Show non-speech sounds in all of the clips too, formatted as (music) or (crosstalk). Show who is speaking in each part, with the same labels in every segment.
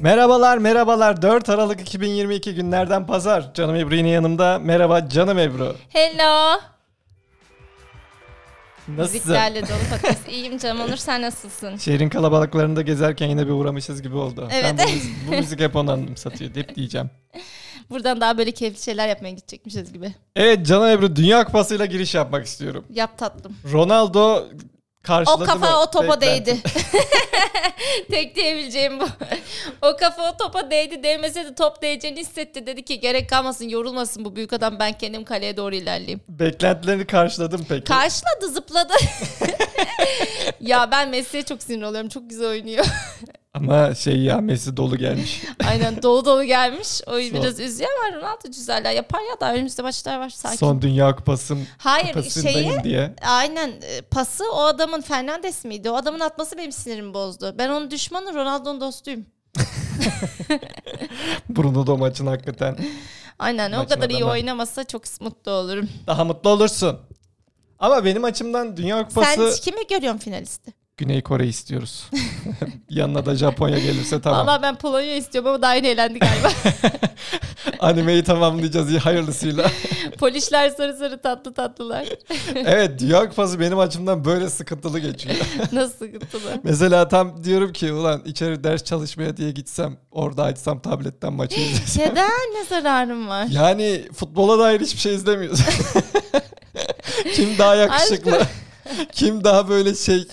Speaker 1: Merhabalar merhabalar 4 Aralık 2022 günlerden pazar. Canım Ebru yine yanımda. Merhaba canım Ebru.
Speaker 2: Hello.
Speaker 1: Nasılsın?
Speaker 2: Müziklerle dolu podcast. (laughs) İyiyim canım Onur sen nasılsın?
Speaker 1: Şehrin kalabalıklarında gezerken yine bir uğramışız gibi oldu. Ben
Speaker 2: Evet.
Speaker 1: bu, müzik, bu müzik hep onu anımsatıyor. Hep diyeceğim.
Speaker 2: Buradan daha böyle keyifli şeyler yapmaya gidecekmişiz gibi.
Speaker 1: Evet canım Ebru Dünya Kupası'yla giriş yapmak istiyorum.
Speaker 2: Yap tatlım.
Speaker 1: Ronaldo karşıladı
Speaker 2: O kafa
Speaker 1: mı?
Speaker 2: o topa
Speaker 1: Beklenti-
Speaker 2: değdi. (laughs) Tek diyebileceğim bu. o kafa o topa değdi değmese de top değeceğini hissetti. Dedi ki gerek kalmasın yorulmasın bu büyük adam ben kendim kaleye doğru ilerleyeyim.
Speaker 1: Beklentilerini karşıladım peki.
Speaker 2: Karşıladı zıpladı. (laughs) ya ben Messi'ye çok sinir oluyorum. Çok güzel oynuyor. (laughs)
Speaker 1: Ama şey ya Messi dolu gelmiş.
Speaker 2: Aynen dolu dolu gelmiş. O
Speaker 1: Son.
Speaker 2: biraz üzüyor ama Ronaldo güzeller. Yapar ya da önümüzde maçlar var (laughs) sakin.
Speaker 1: Son Dünya Kupası'm
Speaker 2: Hayır şeyi
Speaker 1: kupasındayım diye.
Speaker 2: aynen e, pası o adamın Fernandes miydi? O adamın atması benim sinirimi bozdu. Ben onun düşmanı Ronaldo'nun dostuyum.
Speaker 1: Bruno da maçın hakikaten.
Speaker 2: Aynen o
Speaker 1: Maçın
Speaker 2: kadar iyi
Speaker 1: adamı.
Speaker 2: oynamasa çok mutlu olurum.
Speaker 1: Daha mutlu olursun. Ama benim açımdan Dünya Kupası
Speaker 2: Sen kimi görüyorsun finalisti?
Speaker 1: Güney Kore istiyoruz. Yanına da Japonya gelirse tamam.
Speaker 2: Valla ben Polonya istiyorum ama daha yeni
Speaker 1: (laughs)
Speaker 2: eğlendi galiba. (laughs)
Speaker 1: Animeyi tamamlayacağız iyi, hayırlısıyla.
Speaker 2: Polişler sarı sarı tatlı tatlılar. (laughs)
Speaker 1: evet Dünya Kupası benim açımdan böyle sıkıntılı geçiyor.
Speaker 2: Nasıl sıkıntılı.
Speaker 1: Mesela tam diyorum ki ulan içeri ders çalışmaya diye gitsem orada açsam tabletten maçı izlesem.
Speaker 2: Neden ne
Speaker 1: (laughs)
Speaker 2: zararım var?
Speaker 1: Yani futbola dair hiçbir şey izlemiyoruz. Kim daha yakışıklı? Kim daha böyle şey? (laughs)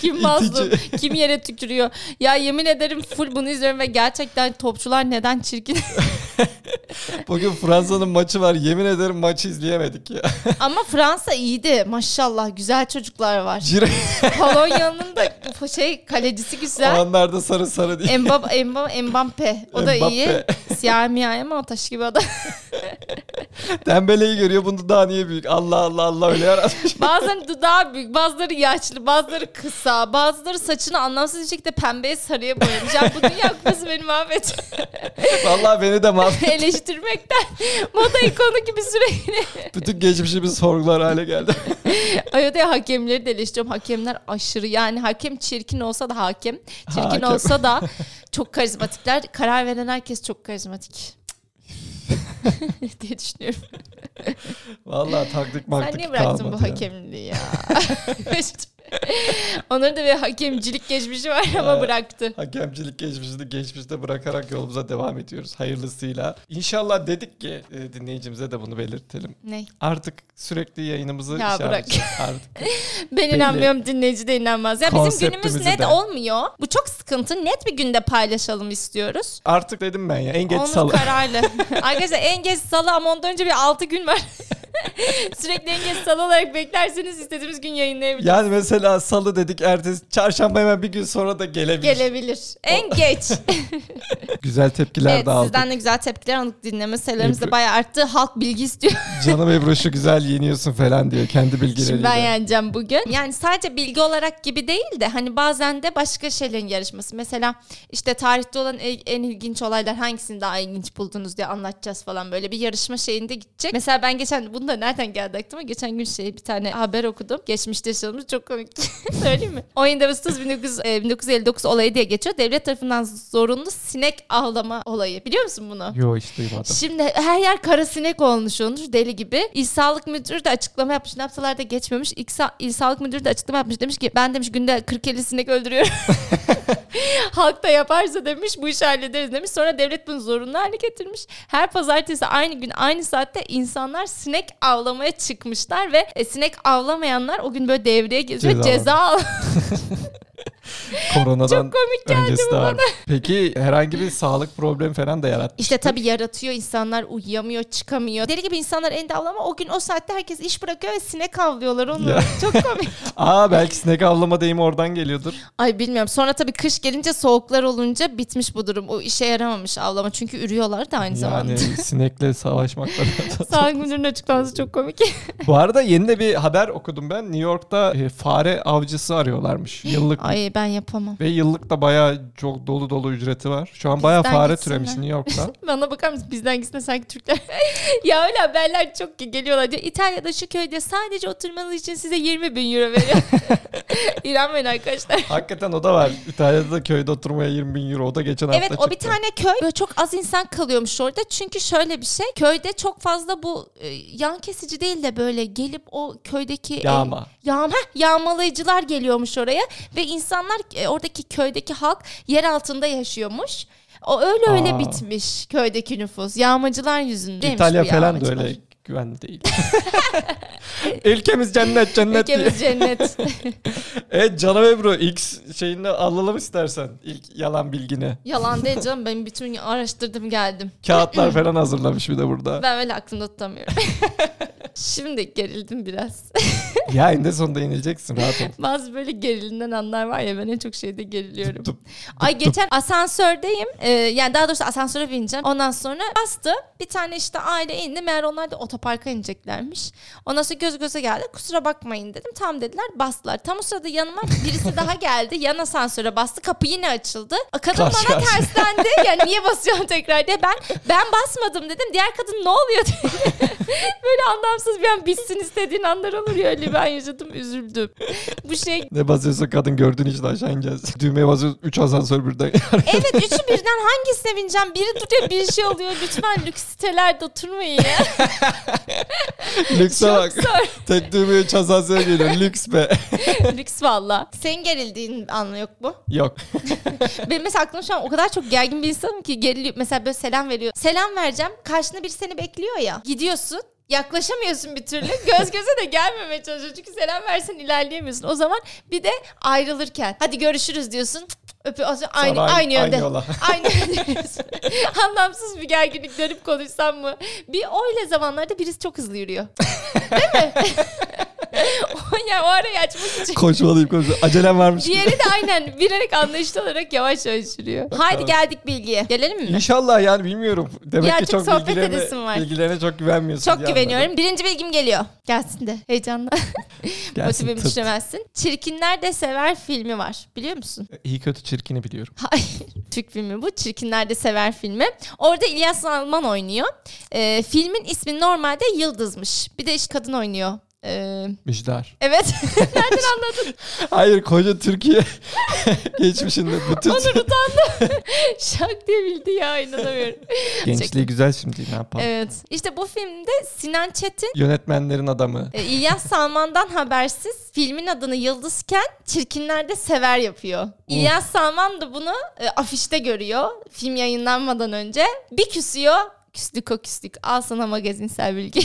Speaker 2: Kim mazlum? Kim yere tükürüyor? Ya yemin ederim full bunu izliyorum ve gerçekten topçular neden
Speaker 1: (laughs)
Speaker 2: çirkin?
Speaker 1: Bugün Fransa'nın maçı var. Yemin ederim maçı izleyemedik ya.
Speaker 2: Ama Fransa iyiydi maşallah güzel çocuklar var.
Speaker 1: Cire
Speaker 2: Polonya'nın da şey kalecisi
Speaker 1: o
Speaker 2: güzel.
Speaker 1: anlarda sarı sarı diye.
Speaker 2: Mbab- Mbab- Mbappe. O da iyi. (laughs)
Speaker 1: Mbappe.
Speaker 2: Siyah miyah ama o taş
Speaker 1: (laughs)
Speaker 2: gibi adam.
Speaker 1: (laughs) Dembeleyi görüyor bunu daha niye büyük? Allah Allah Allah öyle
Speaker 2: (laughs)
Speaker 1: yaratmış.
Speaker 2: Bazıları dudağı büyük, bazıları yaşlı, bazıları kısa, bazıları saçını anlamsız bir şekilde pembeye sarıya boyamış. Ya bu dünya kupası beni mahvet.
Speaker 1: Vallahi beni de mahvetti.
Speaker 2: (laughs) Eleştirmekten (laughs) moda ikonu gibi sürekli.
Speaker 1: Bütün geçmişimi sorgular hale geldi. (laughs)
Speaker 2: Ay o da hakemleri de eleştiriyorum. Hakemler aşırı yani hakem çirkin olsa da hakem. Çirkin
Speaker 1: Hakem.
Speaker 2: olsa da çok karizmatikler. Karar veren herkes
Speaker 1: (laughs)
Speaker 2: çok karizmatik. (laughs) diye düşünüyorum.
Speaker 1: Vallahi taktık maktık
Speaker 2: Sen niye bıraktın bu
Speaker 1: kalmadı ya.
Speaker 2: hakemliği ya? (laughs) Onların da bir hakemcilik geçmişi var ama
Speaker 1: Ya.
Speaker 2: bıraktı.
Speaker 1: Hakemcilik geçmişini geçmişte bırakarak yolumuza devam ediyoruz hayırlısıyla. İnşallah dedik ki e, dinleyicimize de bunu belirtelim.
Speaker 2: Ne?
Speaker 1: Artık sürekli yayınımızı
Speaker 2: Ya
Speaker 1: işaret
Speaker 2: bırak.
Speaker 1: edeceğiz. Artık.
Speaker 2: Ben inanmıyorum dinleyici de inanmaz. Ya bizim günümüz
Speaker 1: Konseptimizi
Speaker 2: net
Speaker 1: de.
Speaker 2: olmuyor. Bu çok sıkıntı. Net bir günde paylaşalım istiyoruz.
Speaker 1: Artık dedim ben ya en geç
Speaker 2: Onur
Speaker 1: salı. (laughs)
Speaker 2: kararlı. Arkadaşlar en geç salı ama ondan önce bir 6 gün var. Sürekli en geç salı olarak beklerseniz istediğimiz gün yayınlayabiliriz.
Speaker 1: yani mesela salı dedik ertesi çarşamba hemen bir gün sonra da gelebilir.
Speaker 2: Gelebilir. En
Speaker 1: (laughs)
Speaker 2: geç.
Speaker 1: Güzel tepkiler
Speaker 2: evet
Speaker 1: de aldık.
Speaker 2: sizden de güzel tepkiler aldık. Dinleme sayılarımız
Speaker 1: Ebru-
Speaker 2: da bayağı arttı. Halk bilgi istiyor.
Speaker 1: Canım Ebru şu güzel yeniyorsun falan diyor kendi bilgileriyle.
Speaker 2: Şimdi ben yeneceğim bugün. Yani sadece bilgi olarak gibi değil de hani bazen de başka şeylerin yarışması. Mesela işte tarihte olan en, en ilginç olaylar hangisini daha ilginç buldunuz diye anlatacağız falan böyle bir yarışma şeyinde gidecek. Mesela ben geçen bunu da nereden geldi aklıma? Geçen gün şey bir tane haber okudum. Geçmişte yaşadığımız çok komik. (laughs) Söyleyeyim mi? 17 Ağustos 19, e, 1959 olayı diye geçiyor. Devlet tarafından zorunlu sinek avlama olayı. Biliyor musun bunu?
Speaker 1: Yo hiç duymadım.
Speaker 2: Şimdi her yer kara sinek olmuş Onur deli gibi. İl Sağlık Müdürü de açıklama yapmış. Ne yapsalar da geçmemiş. İl, Sa- İl Sağlık Müdürü de açıklama yapmış. Demiş ki ben demiş günde 40-50 sinek öldürüyorum. Halk da yaparsa demiş bu işi hallederiz demiş. Sonra devlet bunu zorunlu hale getirmiş. Her pazartesi aynı gün aynı saatte insanlar sinek avlamaya çıkmışlar ve e, sinek avlamayanlar o gün böyle devreye geziyor.
Speaker 1: Ceza
Speaker 2: Ceza al.
Speaker 1: Koronadan
Speaker 2: Çok komik geldi
Speaker 1: öncesi
Speaker 2: bu
Speaker 1: de
Speaker 2: bana.
Speaker 1: varmış. Peki herhangi bir sağlık problemi falan da yaratmış.
Speaker 2: İşte tabii yaratıyor insanlar uyuyamıyor çıkamıyor. Deli gibi insanlar en avlama o gün o saatte herkes iş bırakıyor ve sinek avlıyorlar onu.
Speaker 1: Ya.
Speaker 2: Çok komik.
Speaker 1: Aa belki sinek avlama deyimi oradan geliyordur.
Speaker 2: (laughs) Ay bilmiyorum sonra tabii kış gelince soğuklar olunca bitmiş bu durum. O işe yaramamış avlama çünkü ürüyorlar da aynı zamanda. (laughs)
Speaker 1: Yani sinekle savaşmak da (laughs) lazım.
Speaker 2: Sağlık müdürünün açıklaması çok komik. (laughs)
Speaker 1: Bu arada yeni de bir haber okudum ben. New York'ta e, fare avcısı arıyorlarmış. Yıllık
Speaker 2: Ay ben yapamam.
Speaker 1: Ve yıllık da bayağı çok dolu dolu ücreti var. Şu an bayağı
Speaker 2: Bizden
Speaker 1: fare
Speaker 2: gitsinler.
Speaker 1: türemiş New
Speaker 2: (laughs)
Speaker 1: York'ta.
Speaker 2: Bana bakar mısın bizden gitsin sanki Türkler. (laughs) ya öyle haberler çok ki geliyorlar diyor. İtalya'da şu köyde sadece oturmanız için size 20 bin euro (laughs) veriyor. İnanmayın arkadaşlar.
Speaker 1: Hakikaten o da var. İtalya'da da köyde oturmaya 20 bin euro. O da geçen hafta
Speaker 2: Evet
Speaker 1: çıktı.
Speaker 2: o bir tane köy böyle çok az insan kalıyormuş orada. Çünkü şöyle bir şey köyde çok fazla bu e, yan kesici değil de böyle gelip o köydeki e,
Speaker 1: Yağma.
Speaker 2: yağma heh, yağmalayıcılar geliyormuş oraya ve insanlar e, oradaki köydeki halk yer altında yaşıyormuş. O öyle öyle
Speaker 1: Aa.
Speaker 2: bitmiş köydeki nüfus. Yağmacılar yüzünden.
Speaker 1: İtalya falan da öyle güvenli değil. (laughs) Ülkemiz cennet cennet diye. (laughs)
Speaker 2: Ülkemiz cennet.
Speaker 1: Evet Can Ebru ilk şeyini alalım istersen. İlk yalan bilgini.
Speaker 2: Yalan değil canım. Ben bütün araştırdım geldim.
Speaker 1: Kağıtlar falan hazırlamış bir de burada.
Speaker 2: Ben öyle
Speaker 1: (laughs)
Speaker 2: aklımda tutamıyorum. Şimdi gerildim biraz.
Speaker 1: ya en de sonunda yenileceksin rahat ol.
Speaker 2: Bazı böyle gerilinden anlar var ya ben en çok şeyde geriliyorum.
Speaker 1: Tup,
Speaker 2: Ay geçen asansördeyim. Ee, yani daha doğrusu asansöre bineceğim. Ondan sonra bastı. Bir tane işte aile indi. Meğer onlar da otoparka ineceklermiş. Ondan sonra göz göze geldi. Kusura bakmayın dedim. Tam dediler bastılar. Tam o sırada yanıma
Speaker 1: (laughs)
Speaker 2: birisi daha geldi. Yan asansöre bastı. Kapı yine açıldı. Kadın
Speaker 1: Karşı
Speaker 2: bana
Speaker 1: karşıya. (laughs)
Speaker 2: terslendi. Yani niye basıyorsun tekrar diye. Ben ben basmadım dedim. Diğer kadın ne oluyor dedi. (laughs) Böyle anlamsız bir an bitsin istediğin anlar olur ya. Öyle ben yaşadım. Üzüldüm. Bu şey
Speaker 1: Ne basıyorsa kadın gördüğün için aşağı ineceğiz. Düğmeye basıyoruz 3 asansör birden. (laughs)
Speaker 2: Evet üçü birden hangisine bineceğim? Biri duruyor bir şey oluyor. Lütfen lüks sitelerde oturmayın ya.
Speaker 1: Lükse
Speaker 2: Çok
Speaker 1: bak.
Speaker 2: zor.
Speaker 1: Tek düğmeye 3 asansör geliyor. Lüks be. (laughs)
Speaker 2: lüks valla. Senin gerildiğin anı yok mu?
Speaker 1: Yok.
Speaker 2: (laughs) Benim mesela aklım şu an o kadar çok gergin bir insanım ki geriliyor. Mesela böyle selam veriyor. Selam vereceğim. Karşında biri seni bekliyor ya. Gidiyorsun. Yaklaşamıyorsun bir türlü. Göz göze de gelmemeye çalışıyor. Çünkü selam versen ilerleyemiyorsun. O zaman bir de ayrılırken. Hadi görüşürüz diyorsun. Cık, cık, Öpüyor. Aynı, aynı,
Speaker 1: Sonra
Speaker 2: aynı yönde.
Speaker 1: yola.
Speaker 2: (laughs) Aynı diyorsun. (laughs) Anlamsız bir gerginlik dönüp konuşsam mı? Bir öyle zamanlarda birisi çok hızlı yürüyor. (laughs) Değil mi? (laughs) o, yani o arayı açmak için.
Speaker 1: Koşmalıyım koşmalıyım. Acelem varmış.
Speaker 2: Diğeri de aynen bilerek anlaşılı olarak yavaş yavaş yürüyor. Haydi geldik bilgiye. Gelelim mi?
Speaker 1: İnşallah yani bilmiyorum. Demek
Speaker 2: Ya
Speaker 1: ki
Speaker 2: çok
Speaker 1: çok,
Speaker 2: sohbet edesin var.
Speaker 1: bilgilerine, bilgilerine çok güvenmiyorsun.
Speaker 2: Çok güveniyorum. Birinci bilgim geliyor. Gelsin de heyecanla. Motivimi
Speaker 1: Motivim
Speaker 2: düşüremezsin. Çirkinler de sever filmi var. Biliyor musun?
Speaker 1: İyi kötü çirkini biliyorum.
Speaker 2: Hayır. Türk filmi bu. Çirkinler de sever filmi. Orada İlyas Salman oynuyor. Ee, filmin ismi normalde Yıldız'mış. Bir de işte kadın oynuyor. Ee,
Speaker 1: Müjdar.
Speaker 2: evet. (laughs) Nereden anladın?
Speaker 1: Hayır koca Türkiye (laughs) geçmişinde bütün
Speaker 2: Onur utandı. Şak diye bildi ya inanamıyorum.
Speaker 1: gençliği güzel şimdi ne yapalım.
Speaker 2: Evet. İşte bu filmde Sinan Çetin
Speaker 1: Yönetmenlerin adamı.
Speaker 2: E, İlyas Salman'dan habersiz filmin adını Yıldızken Çirkinler'de Sever yapıyor. İlyas Salman da bunu e, afişte görüyor film yayınlanmadan önce. Bir küsüyor. Küslük o küslük. Al sana magazinsel (laughs) bilgi.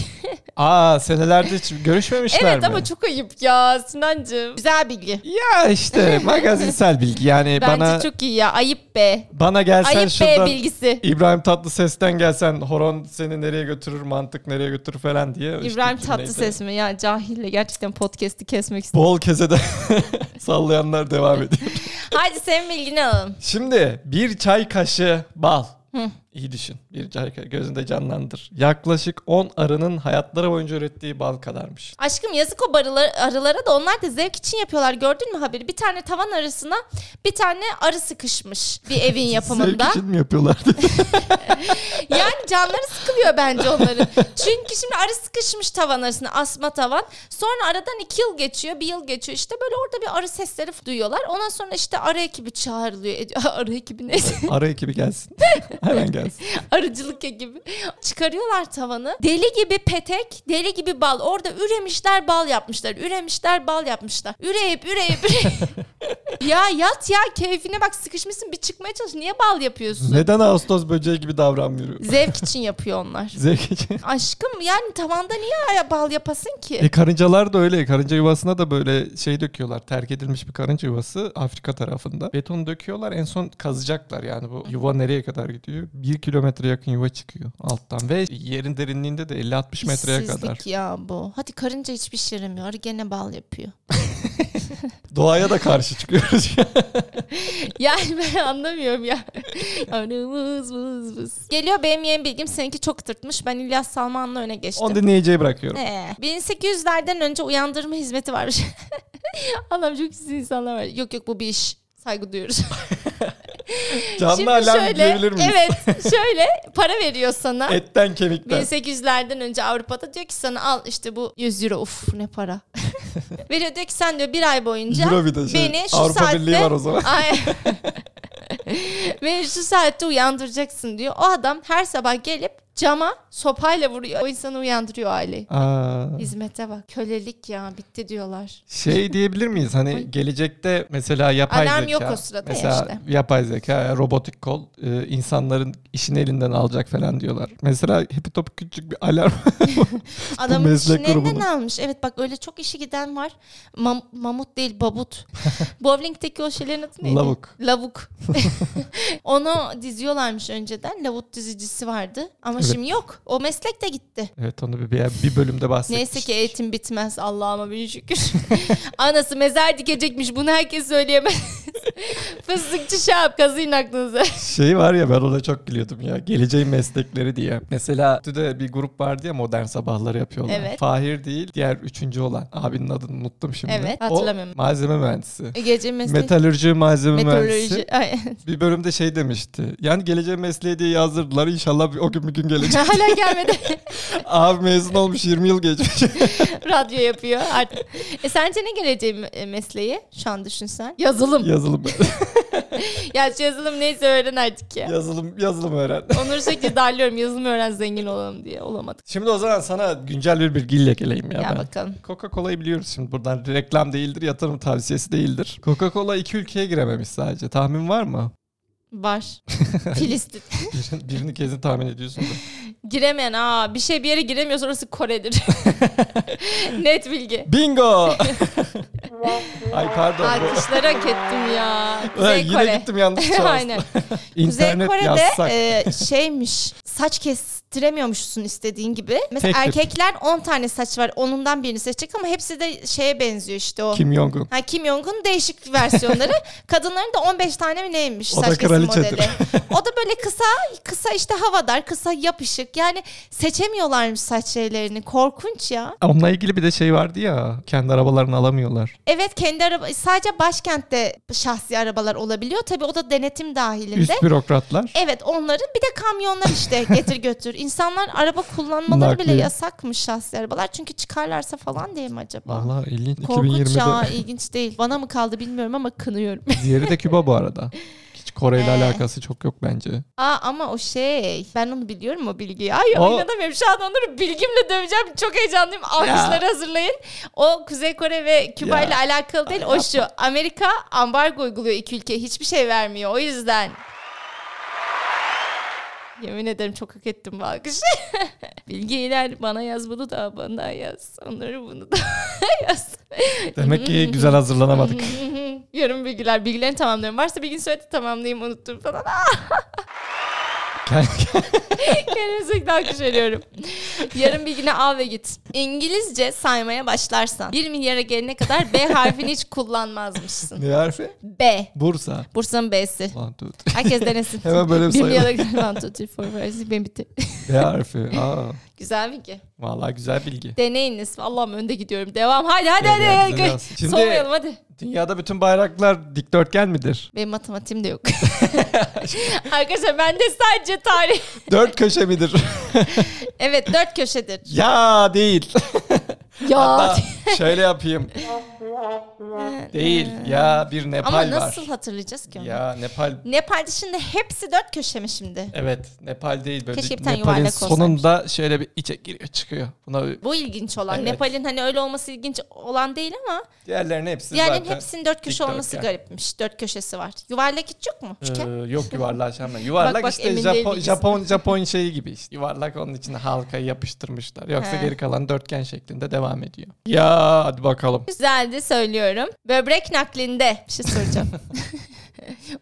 Speaker 1: Aa senelerde hiç görüşmemişler
Speaker 2: evet
Speaker 1: mi?
Speaker 2: ama çok ayıp ya Sinancığım. Güzel bilgi.
Speaker 1: Ya işte
Speaker 2: (laughs)
Speaker 1: magazinsel bilgi yani
Speaker 2: Bence
Speaker 1: bana
Speaker 2: çok iyi ya. Ayıp be.
Speaker 1: bana gelsen
Speaker 2: Ayıp be
Speaker 1: şuradan
Speaker 2: bilgisi.
Speaker 1: İbrahim Tatlıses'ten gelsen horon seni nereye götürür mantık nereye götürür falan diye. işte
Speaker 2: İbrahim
Speaker 1: cümleyi de-
Speaker 2: Tatlıses mi? Ya cahille gerçekten podcast'i kesmek istedim.
Speaker 1: Bol kesede (laughs) sallayanlar devam ediyor.
Speaker 2: Hadi senin bilgini alalım.
Speaker 1: Şimdi bir çay kaşığı bal. İyi düşün. Bir çay kaşığı gözünde canlandır. Yaklaşık 10 arının hayatları boyunca ürettiği bal kadarmış.
Speaker 2: Aşkım yazık o barılar, arılara da onlar da zevk için yapıyorlar. Gördün mü haberi? Bir tane tavan arasına bir tane arı sıkışmış bir evin
Speaker 1: (laughs)
Speaker 2: yapımında.
Speaker 1: Zevk için mi yapıyorlardı?
Speaker 2: (laughs) yani canları sıkılıyor bence onların. Çünkü şimdi arı sıkışmış tavan arasına asma tavan. Sonra aradan iki yıl geçiyor bir yıl geçiyor işte böyle orada bir arı sesleri duyuyorlar. Ondan sonra işte arı ekibi çağrılıyor. (laughs) ediyor. arı ekibi neyse
Speaker 1: (laughs) Ara ekibi gelsin. Hemen gelsin.
Speaker 2: (laughs) arıcılık ekibi. Çıkarıyorlar tavanı. Deli gibi petek, deli gibi bal. Orada üremişler bal yapmışlar. Üremişler bal yapmışlar. Üreyip üreyip üreyip. (laughs) ya yat ya keyfine bak sıkışmışsın bir çıkmaya çalış. Niye bal yapıyorsun?
Speaker 1: Neden Ağustos böceği gibi davranmıyor?
Speaker 2: Zevk için yapıyor onlar.
Speaker 1: Zevk için.
Speaker 2: Aşkım yani tavanda niye aya- bal yapasın ki?
Speaker 1: E karıncalar da öyle. Karınca yuvasına da böyle şey döküyorlar. Terk edilmiş bir karınca yuvası Afrika tarafında. Beton döküyorlar. En son kazacaklar yani bu yuva nereye kadar gidiyor? Bir kilometre yakın yuva çıkıyor alttan. Ve yerin derinliğinde de 50-60 metreye
Speaker 2: İşsizlik
Speaker 1: kadar.
Speaker 2: ya bu. Hadi karınca hiçbir şey yemiyor. Arı gene bal yapıyor.
Speaker 1: Doğaya da karşı çıkıyoruz.
Speaker 2: (laughs) Yani ben anlamıyorum ya. Anamız vız vız. Geliyor benim yeni bilgim seninki çok tırtmış. Ben İlyas Salman'la öne geçtim.
Speaker 1: Onu dinleyiciye bırakıyorum.
Speaker 2: Ee, 1800'lerden önce uyandırma hizmeti varmış. (laughs) Allah'ım çok siz insanlar var. Yok yok bu bir iş. Saygı duyuyoruz.
Speaker 1: Canlı alarm diyebilir miyiz?
Speaker 2: evet şöyle para veriyor sana.
Speaker 1: Etten kemikten.
Speaker 2: 1800'lerden önce Avrupa'da diyor ki sana al işte bu 100 euro uf
Speaker 1: (laughs)
Speaker 2: ne para. Veriyor diyor ki sen diyor bir ay boyunca
Speaker 1: Euro bir de şey.
Speaker 2: beni şu
Speaker 1: Avrupa
Speaker 2: saatte
Speaker 1: Birliği var o
Speaker 2: (laughs)
Speaker 1: zaman.
Speaker 2: Ay. Beni şu saatte uyandıracaksın diyor. O adam her sabah gelip cama sopayla vuruyor. O insanı uyandırıyor aileyi.
Speaker 1: Aa,
Speaker 2: Hizmete bak. Kölelik ya bitti diyorlar.
Speaker 1: şey diyebilir miyiz hani gelecekte mesela yapay
Speaker 2: Alarm
Speaker 1: zeka.
Speaker 2: yok o sırada ya
Speaker 1: mesela
Speaker 2: işte.
Speaker 1: yapay zeka, robotik kol e, insanların işini elinden alacak falan diyorlar. Mesela Happy Top küçük bir alarm.
Speaker 2: Adamın
Speaker 1: meslek
Speaker 2: işini elinden
Speaker 1: grubunun.
Speaker 2: almış. Evet bak öyle çok işi giden var. Mam- mamut
Speaker 1: (laughs)
Speaker 2: değil babut. Bowling'teki o şeylerin adı neydi?
Speaker 1: Lavuk. (laughs)
Speaker 2: Lavuk. (laughs) Onu diziyorlarmış önceden. Lavut dizicisi vardı. Ama
Speaker 1: Evet.
Speaker 2: şimdi yok. O meslek de gitti.
Speaker 1: evet onu bir, bir bölümde bahsetmiştik.
Speaker 2: Neyse ki eğitim bitmez Allah'ıma bin şükür. (laughs) Anası mezar dikecekmiş bunu herkes söyleyemez. (laughs) Fıstıkçı şapkası in aklınıza.
Speaker 1: Şey var ya ben ona çok gülüyordum ya. Geleceğin meslekleri diye. Mesela de bir grup vardı ya modern sabahları yapıyorlar.
Speaker 2: Evet.
Speaker 1: Fahir değil diğer üçüncü olan. Abinin adını unuttum şimdi.
Speaker 2: Evet,
Speaker 1: O
Speaker 2: hatırlamıyorum.
Speaker 1: malzeme mühendisi.
Speaker 2: Gece meslek.
Speaker 1: Metalürji malzeme mühendisi.
Speaker 2: Meteoroloji. Ay. (laughs)
Speaker 1: Bir bölümde şey demişti. Yani geleceğin mesleği diye yazdırdılar. İnşallah bir- o gün bir gün
Speaker 2: (laughs)
Speaker 1: gelecek.
Speaker 2: Hala gelmedi.
Speaker 1: Abi mezun olmuş 20 yıl geçmiş.
Speaker 2: (laughs) Radyo yapıyor artık. E sence ne geleceği me- e, mesleği? Şu an düşünsen.
Speaker 1: (laughs)
Speaker 2: Yazılım.
Speaker 1: yazılım
Speaker 2: Ya şu yazılım neyse öğren artık ya.
Speaker 1: yazılım yazılım öğren.
Speaker 2: Onur sürekli darlıyorum yazılım öğren zengin olalım diye. Olamadık.
Speaker 1: Şimdi o zaman sana güncel bir bilgiyle geleyim ya.
Speaker 2: Ya
Speaker 1: ben.
Speaker 2: bakalım.
Speaker 1: Coca-Cola'yı biliyoruz şimdi buradan. Reklam değildir, yatırım tavsiyesi değildir. Coca-Cola iki ülkeye girememiş sadece. Tahmin var mı? (laughs)
Speaker 2: Var. Filistin.
Speaker 1: Birini, birini kesin tahmin ediyorsun da.
Speaker 2: Giremeyen aa bir şey bir yere giremiyorsa orası
Speaker 1: (laughs)
Speaker 2: Kore'dir. Net bilgi. (laughs)
Speaker 1: Bingo! Ay pardon. bu-
Speaker 2: Alkışları hak ettim ya.
Speaker 1: Ay,
Speaker 2: Kuzey
Speaker 1: yine
Speaker 2: Kore. (laughs)
Speaker 1: gittim yanlış cevapla.
Speaker 2: Aynen. Kuzey
Speaker 1: İnternet
Speaker 2: Kore'de
Speaker 1: yazsak.
Speaker 2: e, şeymiş saç kestiremiyormuşsun istediğin gibi. Mesela
Speaker 1: Tek tip.
Speaker 2: erkekler 10 tane saç var onundan birini seçecek ama hepsi de şeye benziyor işte o.
Speaker 1: Kim Jong-un.
Speaker 2: Ha, Kim Jong-un
Speaker 1: (laughs)
Speaker 2: değişik versiyonları. Kadınların da 15 tane mi neymiş
Speaker 1: O da
Speaker 2: saç kesim
Speaker 1: kraliçedir.
Speaker 2: modeli.
Speaker 1: (laughs)
Speaker 2: O da böyle kısa, kısa işte havadar, kısa yapışık. Yani seçemiyorlarmış saç şeylerini. Korkunç ya.
Speaker 1: Onunla ilgili bir de şey vardı ya. Kendi arabalarını alamıyorlar.
Speaker 2: Evet kendi araba sadece başkentte şahsi arabalar olabiliyor. Tabii o da denetim dahilinde.
Speaker 1: Üst bürokratlar.
Speaker 2: Evet onların bir de kamyonlar işte getir götür. İnsanlar araba kullanmaları bile
Speaker 1: Nakliye.
Speaker 2: yasakmış şahsi arabalar. Çünkü çıkarlarsa falan diye mi acaba?
Speaker 1: Valla ilginç.
Speaker 2: Korkunç ya
Speaker 1: 2020'de.
Speaker 2: ilginç değil. Bana mı kaldı bilmiyorum ama kınıyorum.
Speaker 1: Diğeri de Küba bu arada. Hiç Kore ile
Speaker 2: Ee.
Speaker 1: alakası çok yok bence.
Speaker 2: Aa ama o şey ben onu biliyorum o bilgiyi. Ay
Speaker 1: O-
Speaker 2: oynadamıyorum şu an onları bilgimle döveceğim. Çok heyecanlıyım. Alkışları hazırlayın. O Kuzey Kore ve Küba
Speaker 1: Ya.
Speaker 2: ile alakalı değil. O şu Amerika ambargo uyguluyor iki ülkeye. Hiçbir şey vermiyor. O yüzden. Yemin ederim çok hak ettim bu alkışı. (laughs) Bilgiler bana yaz bunu da bana yaz. Onları bunu da yaz.
Speaker 1: Demek ki güzel
Speaker 2: (laughs)
Speaker 1: hazırlanamadık.
Speaker 2: Yarım bilgiler. Bilgilerini tamamlıyorum. Varsa bilgini söyle de tamamlayayım unuttum falan. (laughs) Kendimi sürekli alkış veriyorum. Yarın bir güne al ve git. İngilizce saymaya başlarsan 1 milyara gelene kadar B harfini hiç kullanmazmışsın.
Speaker 1: ne harfi?
Speaker 2: B.
Speaker 1: Bursa.
Speaker 2: Bursa'nın B'si.
Speaker 1: One, two, three.
Speaker 2: Herkes denesin.
Speaker 1: Hemen böyle bir sayalım.
Speaker 2: milyara gelen 1, 2, 3, 4, 5, 6, ben bitti.
Speaker 1: Ne harfi? Aa,
Speaker 2: Güzel bilgi.
Speaker 1: vallahi güzel bilgi.
Speaker 2: Deneyiniz. Allah'ım önde gidiyorum. Devam. Hadi hadi
Speaker 1: Gel,
Speaker 2: hadi.
Speaker 1: gel,
Speaker 2: hadi.
Speaker 1: güzel olsun. Şimdi-
Speaker 2: Soğumayalım hadi.
Speaker 1: Dünyada bütün bayraklar dikdörtgen midir?
Speaker 2: Benim matematiğim de yok. (laughs) Arkadaşlar bende sadece tarih.
Speaker 1: Dört köşe
Speaker 2: (laughs)
Speaker 1: midir?
Speaker 2: Evet dört köşedir.
Speaker 1: ya
Speaker 2: (laughs)
Speaker 1: değil.
Speaker 2: Ya.
Speaker 1: Hatta şöyle yapayım. değil. Ya bir Nepal
Speaker 2: Ee, Ama nasıl
Speaker 1: var.
Speaker 2: hatırlayacağız ki onu?
Speaker 1: Ya Nepal.
Speaker 2: Nepal dışında hepsi dört köşe mi şimdi?
Speaker 1: Evet Nepal değil böyle.
Speaker 2: Keşke bir tane
Speaker 1: Nepal'in
Speaker 2: yuvarlak olsaymış.
Speaker 1: sonunda şöyle bir içe giriyor çıkıyor. Buna
Speaker 2: Bu ilginç olan.
Speaker 1: Evet.
Speaker 2: Nepal'in hani öyle olması ilginç olan değil ama
Speaker 1: diğerlerinin hepsi
Speaker 2: diğerinin
Speaker 1: zaten.
Speaker 2: hepsinin dört köşe
Speaker 1: dikdörtgen.
Speaker 2: olması garipmiş. Dört köşesi var. Yuvarlak hiç yok mu? Üçgen.
Speaker 1: Ee, yok yuvarlak şamla. Yuvarlak
Speaker 2: Bak, bak,
Speaker 1: işte
Speaker 2: emin değil
Speaker 1: Japon,
Speaker 2: bilgisi.
Speaker 1: Japon Japon şeyi gibi işte. Yuvarlak onun içine halkayı yapıştırmışlar. Yoksa
Speaker 2: He.
Speaker 1: geri kalan dörtgen şeklinde devam ediyor. Ya hadi bakalım.
Speaker 2: Güzeldi söylüyorum. Böbrek naklinde bir
Speaker 1: (laughs)
Speaker 2: şey soracağım.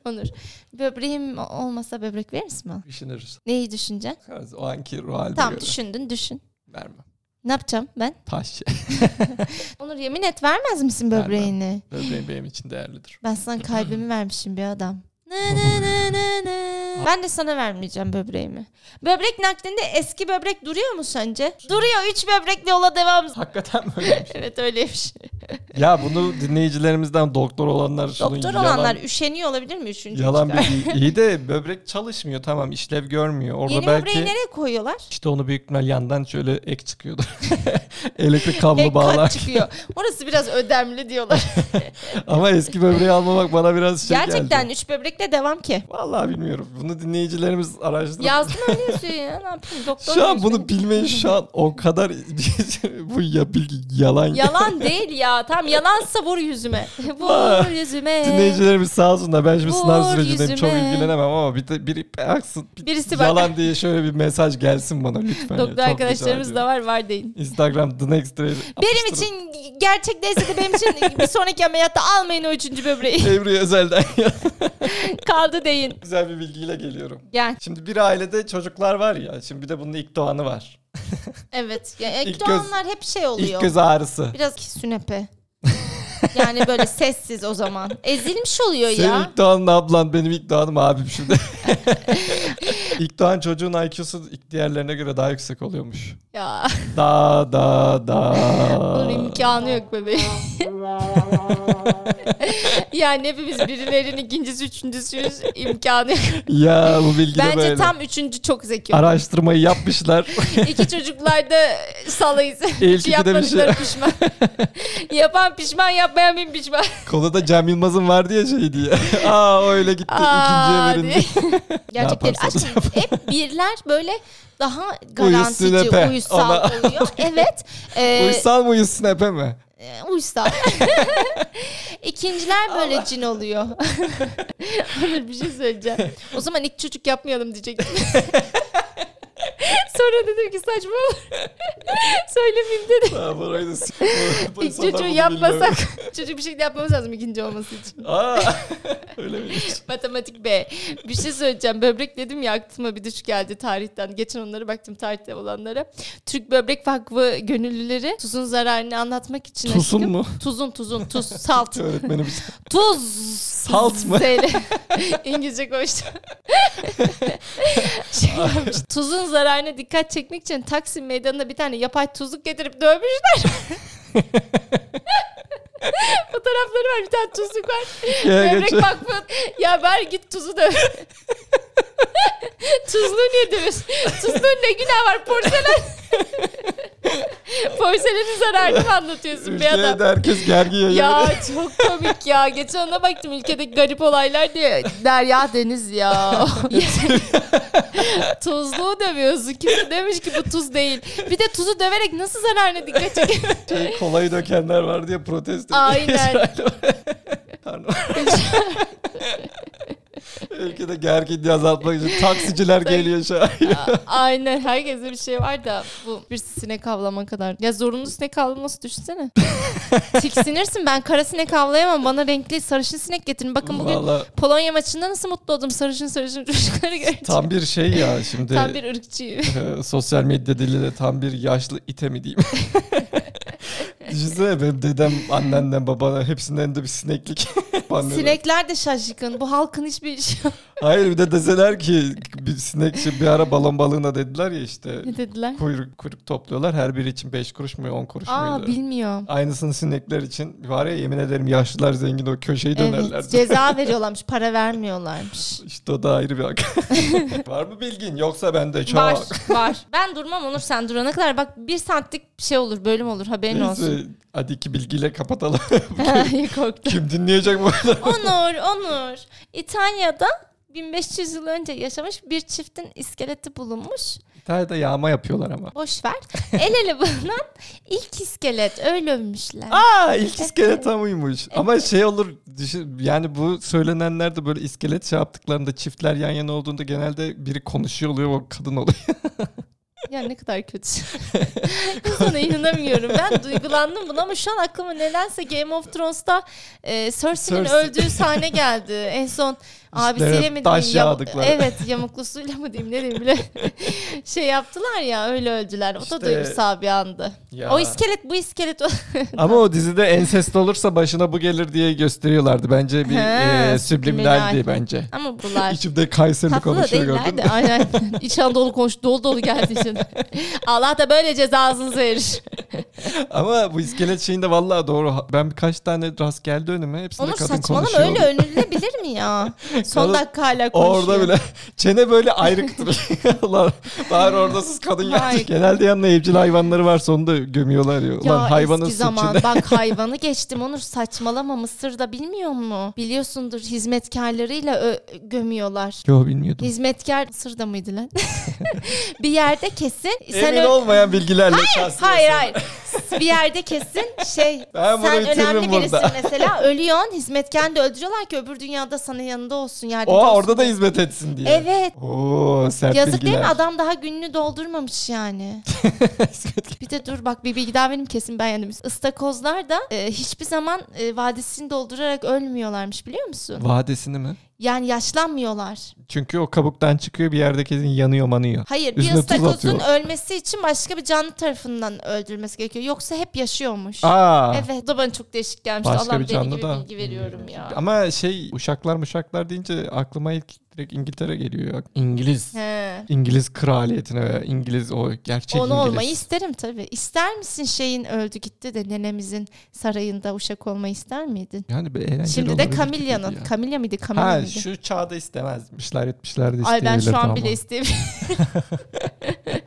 Speaker 2: Onur. Böbreğim olmasa böbrek verir misin bana?
Speaker 1: Düşünürüz.
Speaker 2: Neyi düşüneceksin?
Speaker 1: O anki ruh halime
Speaker 2: Tamam
Speaker 1: göre.
Speaker 2: düşündün düşün.
Speaker 1: Verme.
Speaker 2: Ne yapacağım ben?
Speaker 1: Taş. şey.
Speaker 2: (laughs) Onur yemin et vermez misin
Speaker 1: Vermem.
Speaker 2: böbreğini?
Speaker 1: Böbreğim benim için değerlidir.
Speaker 2: Ben sana kalbimi vermişim bir adam. Na na na na na. Ben de sana vermeyeceğim böbreğimi. Böbrek naklinde eski böbrek duruyor mu sence? Duruyor. Üç böbrekle yola devam.
Speaker 1: Hakikaten böyle.
Speaker 2: (laughs) evet şey. öyleymiş.
Speaker 1: ya bunu dinleyicilerimizden doktor olanlar şunu
Speaker 2: Doktor
Speaker 1: yalan-
Speaker 2: olanlar üşeniyor olabilir mi üçüncü
Speaker 1: Yalan
Speaker 2: üçte?
Speaker 1: bir iyi de böbrek çalışmıyor tamam işlev görmüyor. Orada
Speaker 2: Yeni
Speaker 1: belki
Speaker 2: böbreği nereye koyuyorlar?
Speaker 1: işte onu büyük ihtimal yandan şöyle ek çıkıyordu. (laughs) Elektrik kablo
Speaker 2: Ek kat
Speaker 1: bağlar.
Speaker 2: çıkıyor. Orası biraz ödemli diyorlar.
Speaker 1: (laughs) Ama eski böbreği almamak bana biraz şey geldi.
Speaker 2: Gerçekten üç böbrekle
Speaker 1: (laughs)
Speaker 2: devam ki.
Speaker 1: Vallahi bilmiyorum. Bunu dinleyicilerimiz araştırır.
Speaker 2: Yazdım öyle yazıyor ya. Ne yapayım? Doktor
Speaker 1: şu an
Speaker 2: mu
Speaker 1: bunu
Speaker 2: işte?
Speaker 1: bilmeyin şu an o kadar (laughs) bu ya bilgi yalan.
Speaker 2: Yalan değil ya. Tam yalansa
Speaker 1: (laughs)
Speaker 2: vur yüzüme. (laughs) vur yüzüme.
Speaker 1: Dinleyicilerimiz sağ olsun da ben şimdi sınav
Speaker 2: Ee, Vur
Speaker 1: sürecindeyim çok
Speaker 2: yüzüme.
Speaker 1: ilgilenemem ama bir de biri aksın. bir-
Speaker 2: Birisi bak.
Speaker 1: yalan diye şöyle bir mesaj gelsin bana lütfen. ya. Çok
Speaker 2: Doktor
Speaker 1: rica
Speaker 2: arkadaşlarımız
Speaker 1: ediyorum.
Speaker 2: da var var deyin.
Speaker 1: Instagram The Next Rail.
Speaker 2: Benim için gerçek değilse de
Speaker 1: (laughs)
Speaker 2: benim için bir sonraki ameliyatta almayın o üçüncü böbreği.
Speaker 1: Ebru Özel'den (laughs) ya.
Speaker 2: Kaldı deyin.
Speaker 1: güzel bir bilgiyle geliyorum.
Speaker 2: Gel.
Speaker 1: Şimdi bir ailede çocuklar var ya. Şimdi bir de bunun ilk doğanı var.
Speaker 2: Evet. Ya, e,
Speaker 1: İlk
Speaker 2: doğanlar hep şey oluyor.
Speaker 1: İlk göz ağrısı.
Speaker 2: Biraz ki
Speaker 1: (laughs)
Speaker 2: sünepe. yani böyle sessiz o zaman. Ezilmiş oluyor
Speaker 1: Senin
Speaker 2: ya.
Speaker 1: ilk doğanın ablan benim ilk doğanım abim şimdi.
Speaker 2: (laughs)
Speaker 1: ilk doğan çocuğun IQ'su ilk diğerlerine göre daha yüksek oluyormuş. (laughs)
Speaker 2: Ya
Speaker 1: Da da da.
Speaker 2: bunun imkanı yok bebeğim.
Speaker 1: (laughs)
Speaker 2: (laughs) yani hepimiz birilerinin ikincisi üçüncüsüyüz. imkanı yok.
Speaker 1: ya bu bilgi de
Speaker 2: Bence
Speaker 1: böyle.
Speaker 2: tam üçüncü çok zeki.
Speaker 1: Araştırmayı
Speaker 2: (laughs)
Speaker 1: yapmışlar.
Speaker 2: İki çocuklar da salayız.
Speaker 1: (laughs) İlk
Speaker 2: Hiç
Speaker 1: iki de bir şey.
Speaker 2: yapmadıkları
Speaker 1: (laughs)
Speaker 2: pişman. Yapan pişman, yapmayan bin pişman.
Speaker 1: Konuda Cem Yılmaz'ın vardı ya şey
Speaker 2: (laughs)
Speaker 1: diye. Aa öyle gitti.
Speaker 2: Aa, (laughs)
Speaker 1: ikinciye
Speaker 2: diye.
Speaker 1: verildi.
Speaker 2: Gerçekten
Speaker 1: yaparsanız
Speaker 2: aşkım hep birler böyle daha garantici,
Speaker 1: Uyusun epe.
Speaker 2: uysal
Speaker 1: Ona- (laughs)
Speaker 2: oluyor. evet. E,
Speaker 1: Uysal mı uyusun epe mi?
Speaker 2: (laughs) e,
Speaker 1: (laughs)
Speaker 2: uysal. İkinciler böyle cin oluyor.
Speaker 1: (laughs)
Speaker 2: Onur bir şey söyleyeceğim. O zaman ilk çocuk yapmayalım diyecektim.
Speaker 1: (laughs)
Speaker 2: Sonra dedim ki saçma olur.
Speaker 1: (laughs)
Speaker 2: Söylemeyeyim dedim.
Speaker 1: Aa, burayı da s- bu
Speaker 2: İlk
Speaker 1: insanlar
Speaker 2: çocuğu
Speaker 1: bunu
Speaker 2: yapmasak, (laughs) çocuğu bir şekilde yapmamız lazım ikinci olması
Speaker 1: (laughs)
Speaker 2: için.
Speaker 1: bilmiyor. Aa, öyle miymiş?
Speaker 2: Matematik B. Bir şey söyleyeceğim. Böbrek dedim ya aklıma bir düş geldi tarihten. Geçen onlara baktım tarihte olanlara. Türk Böbrek Vakfı gönüllüleri tuzun zararını anlatmak için
Speaker 1: Tusun
Speaker 2: aşkım-
Speaker 1: mu?
Speaker 2: (laughs) Tuzun tuzun
Speaker 1: (laughs)
Speaker 2: tuz salt.
Speaker 1: Öğretmenimiz.
Speaker 2: Tuz.
Speaker 1: Salt mı?
Speaker 2: Z'yle. (laughs) İngilizce koştum. şey yapmış, tuzun zararına dikkat çekmek için Taksim Meydanı'na bir tane yapay tuzluk getirip dövmüşler. (laughs) Fotoğrafları var bir tane tuzluk var.
Speaker 1: Ya
Speaker 2: Böbrek
Speaker 1: geçen-
Speaker 2: bakma. Ya bari git
Speaker 1: (laughs)
Speaker 2: tuzu döv. Tuzlu niye dövüyorsun? Tuzluğun ne günah
Speaker 1: (laughs)
Speaker 2: var porselen. Porselenin zararını mı anlatıyorsun be adam?
Speaker 1: Ülkeye de herkes gergi yayıyor.
Speaker 2: (laughs) Ya çok komik ya. Geçen ona baktım ülkedeki garip olaylar diye. Derya Deniz ya. (laughs) Tuzluğu dövüyorsun. Kimse demiş ki bu tuz değil. Bir de tuzu döverek nasıl zararına dikkat (laughs) çekiyor?
Speaker 1: Şey, kolayı dökenler var diye protesto.
Speaker 2: Aynen.
Speaker 1: (laughs) İsrail-
Speaker 2: (laughs)
Speaker 1: Pardon. Ülkede gerginliği azaltmak için taksiciler geliyor şu an.
Speaker 2: Aynen herkeste bir şey var da bu bir sinek avlama kadar. Ya zorunlu sinek avlaması (laughs) düşünsene. Tiksinirsin ben kara sinek avlayamam. Bana renkli sarışın sinek getirin. Bakın bugün
Speaker 1: Valla
Speaker 2: Polonya maçında nasıl mutlu oldum sarışın sarışın çocukları görünce. Tam,
Speaker 1: tam bir şey ya şimdi.
Speaker 2: bir ırkçıyım.
Speaker 1: e, (laughs) sosyal medya diliyle tam bir yaşlı ite mi
Speaker 2: (laughs)
Speaker 1: diyeyim. Düşünsene benim dedem, anneannem, babana hepsinden de bir
Speaker 2: (laughs)
Speaker 1: sineklik. Bana-
Speaker 2: Sinekler de şaşkın. Bu halkın hiçbir işi yok (laughs)
Speaker 1: Hayır bir de deseler ki bir sinek şey, bir ara balon balığına dediler ya işte
Speaker 2: dediler.
Speaker 1: kuyruk kuyruk topluyorlar her biri için 5 kuruş mu 10 kuruş
Speaker 2: Aa
Speaker 1: muydu?
Speaker 2: bilmiyorum.
Speaker 1: Aynısını sinekler için var ya yemin ederim yaşlılar zengin o köşeyi dönerler.
Speaker 2: Evet ceza veriyorlarmış para vermiyorlarmış.
Speaker 1: İşte o da ayrı bir
Speaker 2: (laughs)
Speaker 1: hak. var mı bilgin yoksa bende (laughs) çok.
Speaker 2: Var var. Ben durmam Onur sen durana kadar bak bir saatlik bir şey olur bölüm olur haberin
Speaker 1: (laughs)
Speaker 2: olsun.
Speaker 1: Neyse hadi iki bilgiyle kapatalım. (laughs)
Speaker 2: Korktum.
Speaker 1: Kim dinleyecek bu arada?
Speaker 2: Onur, Onur. İtalya'da 1500 yıl önce yaşamış bir çiftin iskeleti bulunmuş.
Speaker 1: İtalya'da yağma yapıyorlar ama.
Speaker 2: Boş ver. El ele bulunan ilk iskelet. Öyle ölmüşler.
Speaker 1: Aa ilk iskelet tam uymuş. Ama şey olur düşün, yani bu söylenenler de böyle iskelet şey yaptıklarında çiftler yan yana olduğunda genelde biri konuşuyor oluyor o kadın
Speaker 2: (laughs)
Speaker 1: oluyor.
Speaker 2: Ya ne kadar kötü. (laughs) Sana inanamıyorum. Ben duygulandım buna ama şu an aklıma nedense Game of Thrones'ta e, Cersei'nin
Speaker 1: Cersei.
Speaker 2: öldüğü sahne geldi. En son abisiyle
Speaker 1: İşte
Speaker 2: mi
Speaker 1: taş
Speaker 2: diyeyim?
Speaker 1: yağdıkları.
Speaker 2: evet yamuklusuyla mı diyeyim ne diyeyim bile (laughs) şey yaptılar ya öyle öldüler. O da
Speaker 1: İşte-
Speaker 2: duygusal bir andı.
Speaker 1: Ya.
Speaker 2: O iskelet bu iskelet o. (laughs)
Speaker 1: Ama o dizide ensest olursa başına bu gelir diye gösteriyorlardı. Bence bir
Speaker 2: He,
Speaker 1: e,
Speaker 2: subliminal.
Speaker 1: sübliminaldi bence.
Speaker 2: Ama bunlar
Speaker 1: İçimde Kayserili
Speaker 2: tatlı da
Speaker 1: konuşuyor gördün
Speaker 2: değiller
Speaker 1: mü?
Speaker 2: de aynen. İç Anadolu konuş dolu dolu geldiği için.
Speaker 1: (laughs)
Speaker 2: Allah da böyle cezasını verir.
Speaker 1: Ama bu iskelet şeyinde vallahi doğru. Ben birkaç tane rast geldi önüme. Hepsinde
Speaker 2: Onur
Speaker 1: kadın
Speaker 2: saçmalama
Speaker 1: konuşuyor.
Speaker 2: öyle önerilebilir
Speaker 1: (laughs)
Speaker 2: mi ya? Son
Speaker 1: Kadın-
Speaker 2: dakika hala konuşuyor.
Speaker 1: Orada bile (laughs) çene böyle
Speaker 2: (laughs)
Speaker 1: ayrıktır. Ulan bari orada siz kadın
Speaker 2: Vay.
Speaker 1: yani. Genelde yanına evcil hayvanları varsa onu da gömüyorlar ya.
Speaker 2: Ya
Speaker 1: Ulan hayvanın
Speaker 2: eski
Speaker 1: suçu
Speaker 2: zaman
Speaker 1: ne?
Speaker 2: bak hayvanı geçtim Onur saçmalama Mısır'da bilmiyor mu? Biliyorsundur hizmetkarlarıyla ö- gömüyorlar.
Speaker 1: (laughs) Yo bilmiyordum.
Speaker 2: Hizmetkar Mısır'da mıydı lan? (laughs) bir yerde kesin.
Speaker 1: Emin
Speaker 2: ö-
Speaker 1: olmayan bilgilerle şahsiyet.
Speaker 2: Hayır hayır.
Speaker 1: (laughs)
Speaker 2: Bir yerde kesin şey
Speaker 1: Ben bunu
Speaker 2: sen
Speaker 1: bitiririm
Speaker 2: önemli birisin
Speaker 1: burada.
Speaker 2: mesela ölüyorsun hizmetkarını da öldürüyorlar ki öbür dünyada sana yanında olsun yardımcı
Speaker 1: O
Speaker 2: olsun
Speaker 1: orada da
Speaker 2: diye.
Speaker 1: hizmet etsin diye.
Speaker 2: Evet.
Speaker 1: Oo sert
Speaker 2: Yazık
Speaker 1: bilgiler.
Speaker 2: değil mi? Adam daha gününü doldurmamış yani.
Speaker 1: (laughs)
Speaker 2: bir de dur bak bir bilgi daha benim kesin ben yandım. Istakozlar da e, hiçbir zaman e, vadesini doldurarak ölmüyorlarmış biliyor musun?
Speaker 1: Vadesini mi?
Speaker 2: Yani yaşlanmıyorlar.
Speaker 1: Çünkü o kabuktan çıkıyor bir yerde kesin yanıyor manıyor.
Speaker 2: Hayır
Speaker 1: Üstüne
Speaker 2: bir
Speaker 1: tuz
Speaker 2: ıstakozun
Speaker 1: atıyorlar.
Speaker 2: ölmesi için başka bir canlı tarafından öldürülmesi gerekiyor. Yoksa hep yaşıyormuş.
Speaker 1: Aa.
Speaker 2: Evet bu da bana çok değişik gelmişti.
Speaker 1: Başka
Speaker 2: Allah'ım
Speaker 1: bir
Speaker 2: deli
Speaker 1: canlı
Speaker 2: gibi
Speaker 1: da-
Speaker 2: bilgi veriyorum ya.
Speaker 1: Ama şey uşaklar uşaklar deyince aklıma ilk direkt İngiltere geliyor. ya. İngiliz.
Speaker 2: He.
Speaker 1: İngiliz kraliyetine veya İngiliz o gerçek
Speaker 2: Onu
Speaker 1: İngiliz.
Speaker 2: olmayı isterim tabii. İster misin şeyin öldü gitti de nenemizin sarayında uşak olmayı ister miydin?
Speaker 1: Yani bir eğlenceli
Speaker 2: Şimdi de
Speaker 1: olabilir
Speaker 2: Kamilya'nın.
Speaker 1: gibi ya.
Speaker 2: Kamilya mıydı? Kamilya
Speaker 1: Ha
Speaker 2: mıydı?
Speaker 1: şu çağda istemezmişler etmişler de
Speaker 2: Ay ben şu an
Speaker 1: isteyebilirdi
Speaker 2: bile
Speaker 1: ama.
Speaker 2: istemiyorum. (laughs)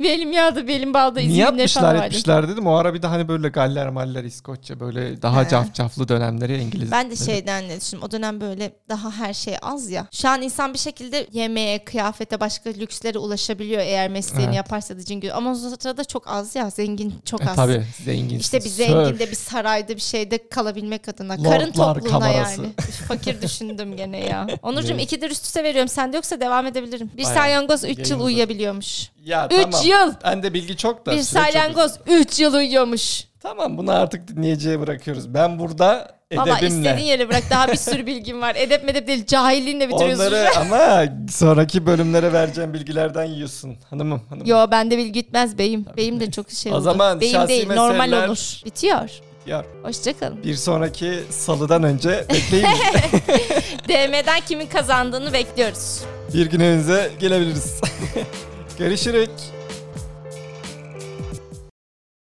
Speaker 2: belim yağdı, belim balda
Speaker 1: Niye
Speaker 2: izinle
Speaker 1: yapmışlar
Speaker 2: falan vardı.
Speaker 1: etmişler dedim. O ara bir de hani böyle galler maller İskoçya böyle
Speaker 2: He.
Speaker 1: daha cafcaflı dönemleri İngiliz.
Speaker 2: Ben de şey şeyden ne düşündüm. O dönem böyle daha her şey az ya. Şu an insan bir şekilde yemeğe, kıyafete, başka lükslere ulaşabiliyor eğer mesleğini
Speaker 1: Evet.
Speaker 2: yaparsa da cingül. Ama o sırada çok az ya. Zengin çok
Speaker 1: E,
Speaker 2: az.
Speaker 1: tabii zengin.
Speaker 2: İşte bir zenginde bir sarayda bir şeyde kalabilmek adına.
Speaker 1: Lordlar
Speaker 2: Karın tokluğuna
Speaker 1: kamerası.
Speaker 2: yani. Üf, Fakir düşündüm gene
Speaker 1: (laughs)
Speaker 2: ya. Onurcuğum
Speaker 1: Ne?
Speaker 2: ikidir üst üste veriyorum. Sende yoksa devam edebilirim. Bir
Speaker 1: Bayağı.
Speaker 2: salyangoz 3 yıl
Speaker 1: Yayınımızı-
Speaker 2: uyuyabiliyormuş.
Speaker 1: Ya
Speaker 2: 3
Speaker 1: tamam.
Speaker 2: yıl.
Speaker 1: Ben de bilgi çok da.
Speaker 2: Bir
Speaker 1: süre çok-
Speaker 2: salyangoz 3 yıl uyuyormuş.
Speaker 1: Tamam bunu artık dinleyiciye bırakıyoruz. Ben burada
Speaker 2: Baba
Speaker 1: edebimle.
Speaker 2: istediğin yere bırak. Daha bir sürü bilgim var. Edep medep değil. Cahilliğinle bitiriyorsun.
Speaker 1: Onları ama sonraki bölümlere vereceğim bilgilerden yiyorsun. Hanımım hanımım.
Speaker 2: Yo bende bilgi gitmez beyim. Beyim de çok şey
Speaker 1: O
Speaker 2: oldu.
Speaker 1: zaman
Speaker 2: beyim
Speaker 1: şahsi
Speaker 2: değil normal
Speaker 1: meseleler-
Speaker 2: olur. Bitiyor.
Speaker 1: Yar. (laughs)
Speaker 2: Hoşçakalın.
Speaker 1: Bir sonraki salıdan önce bekleyin.
Speaker 2: DM'den kimin kazandığını bekliyoruz.
Speaker 1: bir gün önünüze gelebiliriz. (laughs) Görüşürük.